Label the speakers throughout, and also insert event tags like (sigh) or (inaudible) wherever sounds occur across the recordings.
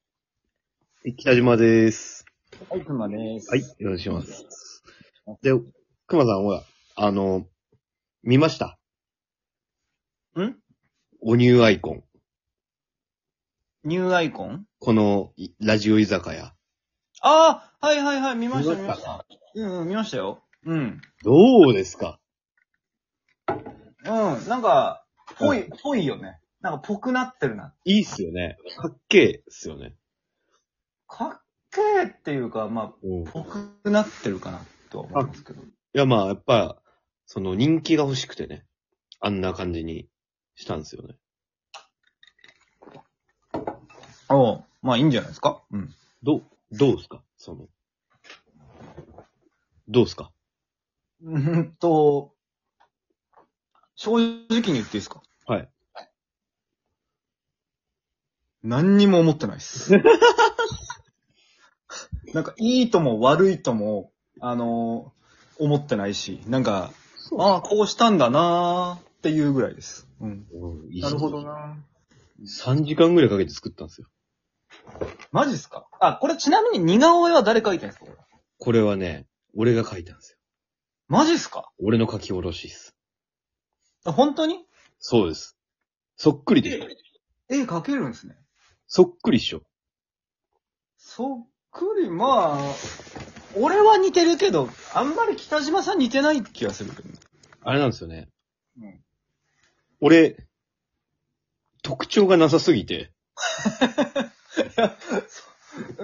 Speaker 1: はい、北島です。
Speaker 2: はい、熊です。
Speaker 1: はい、よろしくお願いします。で、熊さん、ほら、あの、見ました
Speaker 2: ん
Speaker 1: おニューアイコン。
Speaker 2: ニューアイコン
Speaker 1: この、いラジオ居酒屋。
Speaker 2: ああはいはいはい、見ました、
Speaker 1: 見
Speaker 2: 見
Speaker 1: ま
Speaker 2: ま
Speaker 1: し
Speaker 2: したた。うんうん、見ましたよ。うん。うん。
Speaker 1: どうですか
Speaker 2: なんか、ぽ
Speaker 1: う
Speaker 2: い、ぽいよね。なんか、ぽくなってるな。
Speaker 1: いいっすよね。かっけえっすよね。
Speaker 2: かっけーっていうか、ま
Speaker 1: うん。い
Speaker 2: あ、ぽくなってるかな、とは思いますけど。
Speaker 1: や、まあ、やっぱ、その人気が欲しくてね。あんな感じにしたんですよね。
Speaker 2: おうまあ、いいんじゃないですかうん。
Speaker 1: どう、どうですかその、どうですか
Speaker 2: うーんと、正直に言っていいですか
Speaker 1: はい。
Speaker 2: 何にも思ってない (laughs) です。なんか、いいとも悪いとも、あのー思ってないし、なんか、ああ、こうしたんだなーっていうぐらいです。うん。
Speaker 1: うん
Speaker 2: なるほど。な
Speaker 1: 3時間ぐらいかけて作ったんですよ。
Speaker 2: マジっすかあ、これちなみに似顔絵は誰描いてんすかこれ
Speaker 1: これはね、俺が書いたんですよ。
Speaker 2: マジっすか
Speaker 1: 俺の書き下ろしです。
Speaker 2: あ本当に
Speaker 1: そうです。そっくりでしょ。
Speaker 2: 絵描けるんですね。
Speaker 1: そっくりっしょ。
Speaker 2: そっくり、まあ、俺は似てるけど、あんまり北島さん似てない気がするけどね。
Speaker 1: あれなんですよね。
Speaker 2: うん
Speaker 1: 俺、特徴がなさすぎて、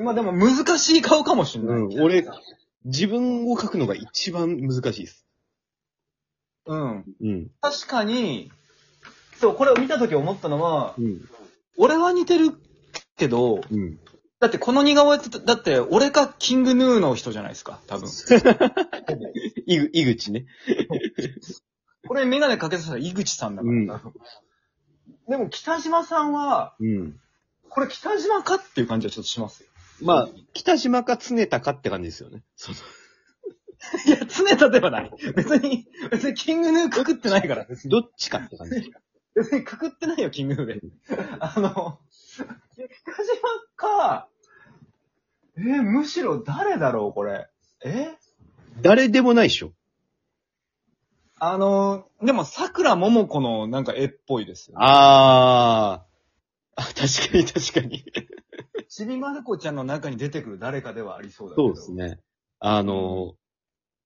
Speaker 2: まあでも難しい顔かもしんない。
Speaker 1: うん俺自分を書くのが一番難しいです。
Speaker 2: うん。
Speaker 1: うん。
Speaker 2: 確かに、そう、これを見たとき思ったのは、
Speaker 1: うん。
Speaker 2: 俺は似てるけど、
Speaker 1: うん。
Speaker 2: だってこの似顔絵って、だって俺かキングヌーの人じゃないですか、多分。
Speaker 1: いぐ、いぐちね。
Speaker 2: これメガネかけさせたら井口さんだから、
Speaker 1: うん
Speaker 2: 多分でも北島さんは、
Speaker 1: うん。
Speaker 2: これ北島かっていう感じはちょっとしますよ。
Speaker 1: まあ、北島か常高って感じですよね。その
Speaker 2: いや、常田ではない。別に、別にキングヌーかくってないから、別に。
Speaker 1: どっちかって感じ。
Speaker 2: 別にかくってないよ、キングヌーで。あの、いや北島か、えーむしろ誰だろう、これ。え
Speaker 1: 誰でもないっしょ。
Speaker 2: あの、でも、桜桃子のなんか絵っぽいです
Speaker 1: (laughs)
Speaker 2: よ。
Speaker 1: あー。あ、確かに確かに。
Speaker 2: ちびまる子ちゃんの中に出てくる誰かではありそうだけ
Speaker 1: そう
Speaker 2: ど。
Speaker 1: ですね。あのー、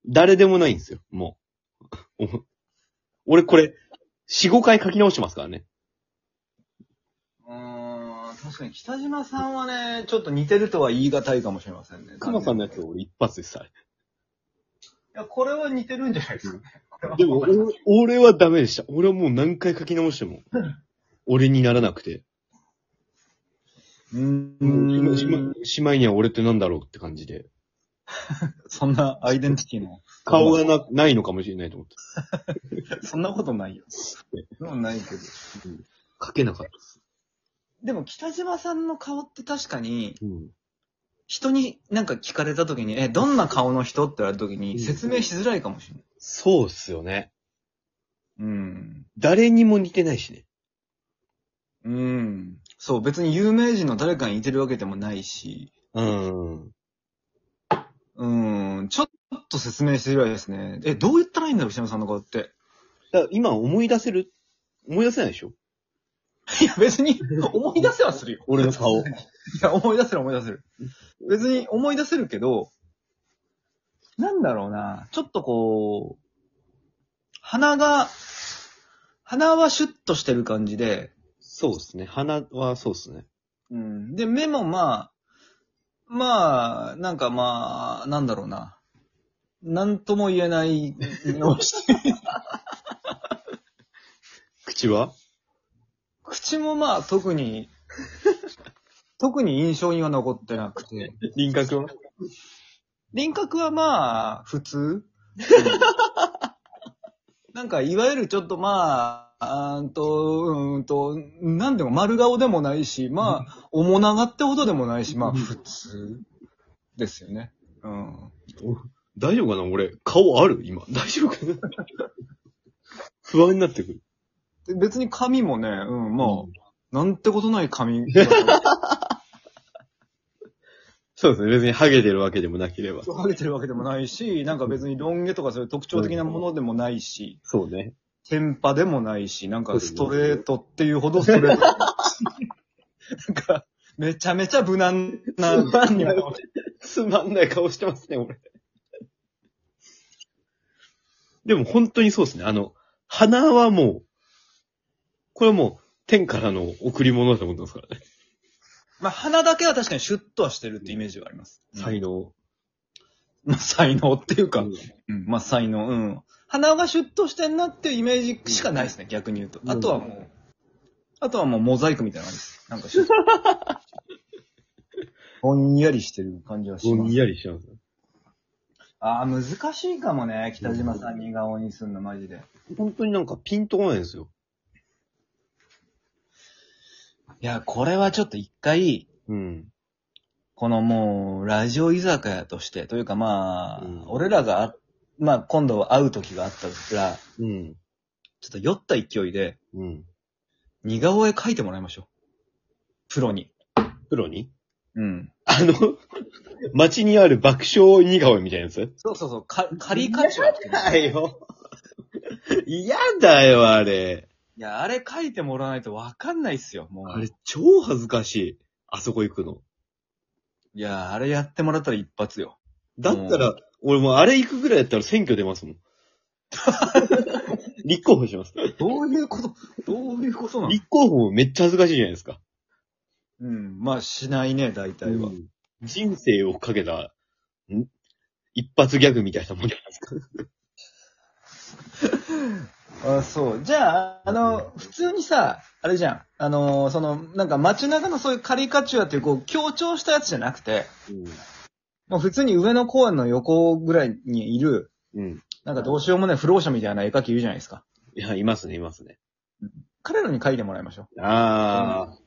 Speaker 1: 誰でもないんですよ、もう。 (laughs) お俺これ、4、5回書き直してますからね。
Speaker 2: うーん、確かに北島さんはね、ちょっと似てるとは言い難いかもしれませんね。
Speaker 1: 熊さんのやつ俺一発でさ。
Speaker 2: いや、これは似てるんじゃないですかね。これは
Speaker 1: でも、
Speaker 2: わかります
Speaker 1: 俺俺はダメでした。俺はもう何回書き直しても、 (laughs) 俺にならなくて。
Speaker 2: うー
Speaker 1: もうし
Speaker 2: ん
Speaker 1: ま、しまいには俺ってなんだろうって感じで。
Speaker 2: そんなアイデンティティの。
Speaker 1: 顔がな、ないのかもしれないと思って。
Speaker 2: (laughs) そんなことないよ。でもないけど。
Speaker 1: 書けなかったです。
Speaker 2: でも北島さんの顔って確かに、
Speaker 1: うん。
Speaker 2: 人になんか聞かれた時に、え、どんな顔の人って言われた時に説明しづらいかもしれない。
Speaker 1: そうっすよね。
Speaker 2: うん。
Speaker 1: 誰にも似てないしね。
Speaker 2: うん。そう、別に有名人の誰かに似てるわけでもないし、
Speaker 1: うん。
Speaker 2: うん、ちょっと説明しづらいですね。え、どう言ったらいいんだろう、北島さんの顔って。
Speaker 1: だから今思い出せる思い出せないでしょ
Speaker 2: いや、別 (laughs) に、思い出せはするよ。
Speaker 1: 俺の顔。
Speaker 2: いや、思い出せる思い出せる。別に思い出せるけど、なんだろうな、ちょっとこう、鼻が、鼻はシュッとしてる感じで、
Speaker 1: そうですね。鼻はそうですね。
Speaker 2: うん、で、目もまあ、まあ、なんかまあ、なんだろうな。なんとも言えないのをして、
Speaker 1: 口は
Speaker 2: 口もまあ特に、特に印象には残ってなくて。
Speaker 1: 輪郭は
Speaker 2: 輪郭はまあ、普通。なんか、いわゆるちょっとまあ、あーんと、うーんと、なんでも丸顔でもないし、まあ、おもながってほどでもないし、まあ、普通ですよね。うん。
Speaker 1: 大丈夫かな俺、顔ある今。 (laughs) 大丈夫かな不安になってくる。
Speaker 2: で別に髪もね、うん、まあ、
Speaker 1: うん
Speaker 2: なんてことない髪。
Speaker 1: そうですね。別にハゲてるわけでもなければ。
Speaker 2: ハゲてるわけでもないし、なんか別にロン毛とかそういう特徴的なものでもないし、
Speaker 1: そうね。
Speaker 2: テンパでもないし、なんかストレートっていうほどストレート。なんか、めちゃめちゃ無難な、
Speaker 1: 無難なつまんない顔してますね、俺。でも本当にそうですね。あの、鼻はもう、これはもう、天からの贈り物だと思ってますからね。
Speaker 2: まあ鼻だけは確かにシュッとはしてるってイメージはあります。
Speaker 1: 才能。
Speaker 2: まあ才能っていうか、
Speaker 1: うん
Speaker 2: うん、まあ才能、うん。鼻がシュッとしてんなっていうイメージしかないですね、逆に言うと。
Speaker 1: うん
Speaker 2: あとはもう、あとはもうモザイクみたいな感じです。なんかシュッ (laughs) と。ぼんやりしてる感じはし
Speaker 1: ぼ
Speaker 2: ま
Speaker 1: ん
Speaker 2: す。
Speaker 1: やりしちゃうんですよ
Speaker 2: ああ、難しいかもね、北島さん似顔にすんの、マジで。
Speaker 1: 本当になんかピンとこないんですよ。
Speaker 2: いや、これはちょっと一回、
Speaker 1: うん。
Speaker 2: このもう、ラジオ居酒屋として、というかまあ、
Speaker 1: うん
Speaker 2: 俺らがあ、まあ今度会う時があったら、
Speaker 1: うん。
Speaker 2: ちょっと酔った勢いで、
Speaker 1: うん。
Speaker 2: 似顔絵描いてもらいましょう。プロに。
Speaker 1: プロに
Speaker 2: うん。
Speaker 1: あの、 (laughs) 街にある爆笑似顔絵みたいなやつ
Speaker 2: そうそうそう、か、仮解消。
Speaker 1: よ。嫌だよ、あれ。
Speaker 2: (laughs) いや、あれ書いてもらわないとわかんないっすよ、もう。
Speaker 1: あれ超恥ずかしい。あそこ行くの。
Speaker 2: いや、あれやってもらったら一発よ。
Speaker 1: だったら、俺もうあれ行くぐらいだったら選挙出 (laughs) ますもん。立候補します。
Speaker 2: どういうこと、どういうこと
Speaker 1: 立候補もめっちゃ恥ずかしいじゃないですか。
Speaker 2: うん、まあしないね、大体は。
Speaker 1: うん人生をかけた、ん一発ギャグみたいなもんじゃないですか。
Speaker 2: あ、そう。じゃあ、あの、普通にさ、あれじゃん。あの、その、なんか街中のそういうカリカチュアっていう、こう、強調したやつじゃなくて、もう普通に上野公園の横ぐらいにいる、
Speaker 1: うん。うん。
Speaker 2: なんかどうしようもない不老者みたいな絵描きいるじゃないですか。
Speaker 1: いや、いますね、いますね。
Speaker 2: 彼らに描いてもらいましょ
Speaker 1: ああ、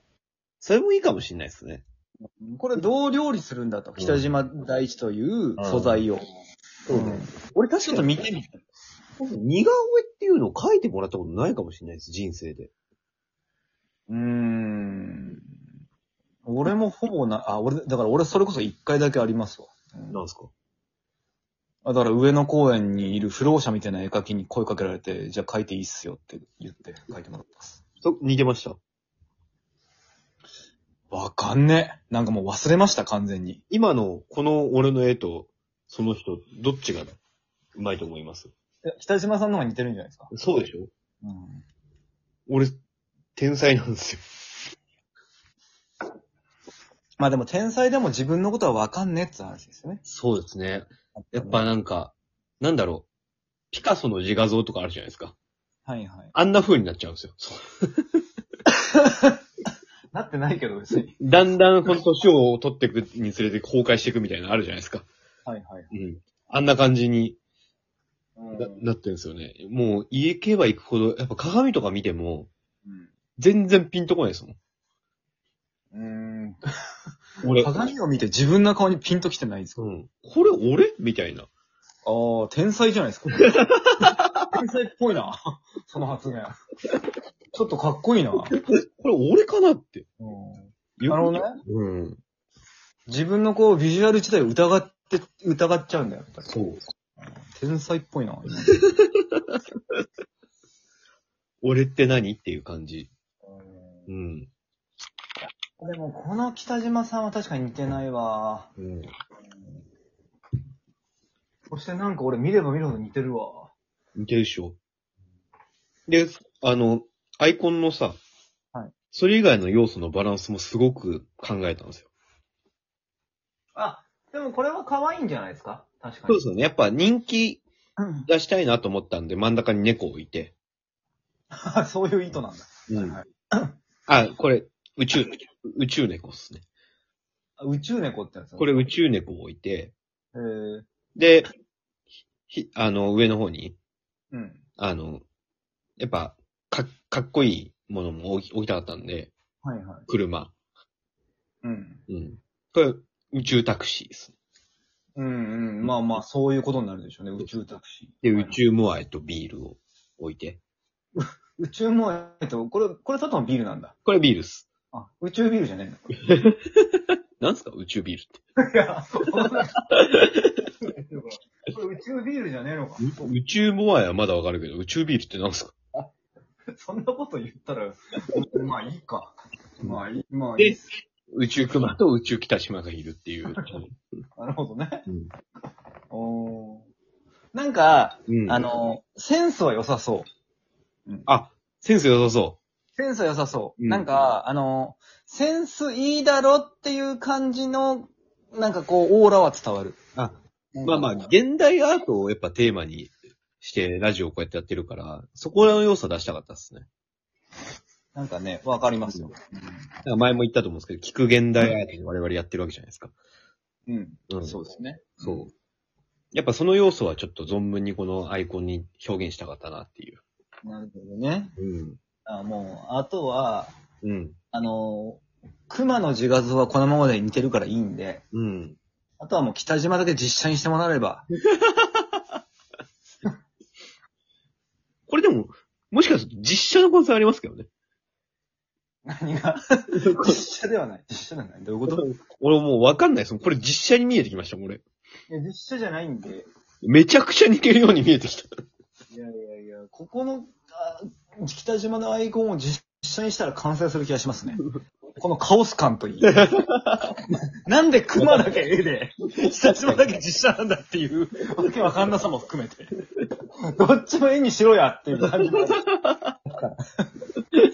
Speaker 1: それもいいかもしれないですね。
Speaker 2: う。これどう料理するんだと。北島大地という素材を。
Speaker 1: そうね俺確
Speaker 2: ちょっと見てみたい。
Speaker 1: 似顔絵っていうのを描いてもらったことないかもしれないです、人生で。
Speaker 2: うーん。俺もほぼな、あ、俺、だから俺それこそ一回だけありますわ。
Speaker 1: なんですか
Speaker 2: あだから上野公園にいる不老者みたいな絵描きに声かけられて、じゃあ描いていいっすよって言って描いてもらったっす。
Speaker 1: そ似てました
Speaker 2: わかんねえ。なんかもう忘れました、完全に。
Speaker 1: 今の、この俺の絵と、その人、どっちがうまいと思います
Speaker 2: 北島さんの方が似てるんじゃないですか。
Speaker 1: そうでしょ
Speaker 2: うん。
Speaker 1: 俺、天才なんですよ。
Speaker 2: まあでも天才でも自分のことはわかんねえって話ですよね。
Speaker 1: そうですね。やっぱなんか、なんだろう。ピカソの自画像とかあるじゃないですか。
Speaker 2: はいはい。
Speaker 1: あんな風になっちゃうんですよ。
Speaker 2: なってないけど別に。
Speaker 1: だんだんこの年を取っていくにつれて崩壊していくみたいなのあるじゃないですか。
Speaker 2: はいはい。
Speaker 1: うん。あんな感じに
Speaker 2: うん
Speaker 1: ななってるんですよね。もう、家行けば行くほど、やっぱ鏡とか見ても、
Speaker 2: うん
Speaker 1: 全然ピンとこないですもん。
Speaker 2: うーん。
Speaker 1: 俺。
Speaker 2: 鏡を見て自分の顔にピンときてないんですか
Speaker 1: うん。これ俺みたいな。
Speaker 2: ああ、天才じゃない (laughs) ですか。天才っぽいな。 (laughs) その発言。 (laughs) ちょっとかっこいいな。
Speaker 1: これ俺かなって。
Speaker 2: なるほどね。
Speaker 1: うん。
Speaker 2: 自分のこう、ビジュアル自体を疑って、疑っちゃうんだよ。やっぱり
Speaker 1: そう。
Speaker 2: 天才っぽいな。今
Speaker 1: 俺って何っていう感じ。う
Speaker 2: う
Speaker 1: ん。
Speaker 2: ん (laughs) でも、この北島さんは確かに似てないわ。
Speaker 1: うん。
Speaker 2: そしてなんか俺見れば見るほど似てるわ。
Speaker 1: 似てるでしょ。で、あの、アイコンのさ、
Speaker 2: はい。
Speaker 1: それ以外の要素のバランスもすごく考えたんですよ。
Speaker 2: あ、でもこれは可愛いんじゃないですか確か
Speaker 1: そう
Speaker 2: に。
Speaker 1: ですよね。やっぱ人気
Speaker 2: うん
Speaker 1: 出したいなと思ったんで、真ん中に猫を置いて。
Speaker 2: あ (laughs) そういう意図なんだ。はいはい
Speaker 1: あ、これ、宇宙、宇宙猫っすね。
Speaker 2: あ宇宙猫ってやつ
Speaker 1: これ宇宙猫を置いて、
Speaker 2: えー、
Speaker 1: で、ひ、あの、上の方に、
Speaker 2: うん。
Speaker 1: あの、やっぱ、か、かっこいいものも置き置きたかったんで、
Speaker 2: はいはい。
Speaker 1: 車。
Speaker 2: うん。
Speaker 1: うん。これ、宇宙タクシーです。
Speaker 2: うんうん。まあまあ、そういうことになるでしょうね。宇宙タクシー。
Speaker 1: で、
Speaker 2: はい
Speaker 1: 宇。宙モアイとビールを置いて。
Speaker 2: 宇宙も、えっと、これ、これただのビールなんだ。
Speaker 1: これビールっす。
Speaker 2: あ、宇宙ビールじゃねえんだ。
Speaker 1: なんすか宇宙ビールって。
Speaker 2: いや、これ宇宙ビールじゃねえのか。
Speaker 1: 宇宙モアイはまだわかるけど、宇宙ビールってなんすか
Speaker 2: そんなこと言ったら、まあいいか。まあいい、まあいい
Speaker 1: で。、宇宙クマと宇宙北島がいるって
Speaker 2: (laughs)
Speaker 1: いう。
Speaker 2: なるほどね。
Speaker 1: うん
Speaker 2: おーなんか、
Speaker 1: うん
Speaker 2: あ、の、センスは良さそう。
Speaker 1: あ、センス良さそ
Speaker 2: センスは良さそう。
Speaker 1: うん
Speaker 2: なんか、あの、センスいいだろっていう感じの、なんかこう、オーラは伝わる。
Speaker 1: あ
Speaker 2: なん
Speaker 1: う。
Speaker 2: か、
Speaker 1: まあまあ、現代アートをやっぱテーマにして、ラジオをこうやってやってるから、そこらの要素出したかったですね。
Speaker 2: なんかね、わかりますよ。
Speaker 1: なんか前も言ったと思うんですけど、聞く現代アートに我々やってるわけじゃないですか。
Speaker 2: うん。
Speaker 1: う
Speaker 2: そうですね。
Speaker 1: そう。やっぱその要素はちょっと存分にこのアイコンに表現したかったなっていう。
Speaker 2: なるほどね。
Speaker 1: うん。
Speaker 2: あもう、あとは、
Speaker 1: うん。
Speaker 2: あの、熊の自画像はこのままで似てるからいいんで、
Speaker 1: うん。
Speaker 2: あとはもう北島だけ実写にしてもらえれば。
Speaker 1: これでも、もしかすると実写の可能性ありますけどね。
Speaker 2: 何が実写ではない。実写ではない。どういうこと
Speaker 1: 俺もうわかんないです。これ実写に見えてきました、これ。
Speaker 2: いや、実写じゃないんで。
Speaker 1: めちゃくちゃ似てるように見えてきた。 (laughs)
Speaker 2: いやいやいや、ここの、あ北島のアイコンを実写にしたら完成する気がしますね。このカオス感といい。なんで熊だけ絵で、北島だけ実写なんだっていう、わけわかんなさも含めて。どっちも絵にしろやっていう感じもある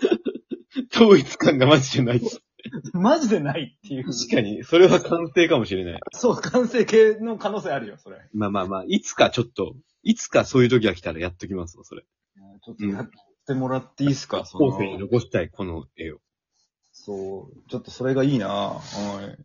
Speaker 1: 統一感がマジでない。 (laughs) 確
Speaker 2: マジでないっていう。
Speaker 1: かに、それは完成かもしれない。
Speaker 2: そう、完成形の可能性あるよ、それ。
Speaker 1: まあまあまあ、いつかちょっと、いつかそういう時が来たらやっときますわ、それ。
Speaker 2: ちょっとやってもらっていいですか、そ
Speaker 1: 後世に
Speaker 2: の
Speaker 1: 残したい、この絵を。
Speaker 2: そう、ちょっとそれがいいなはい。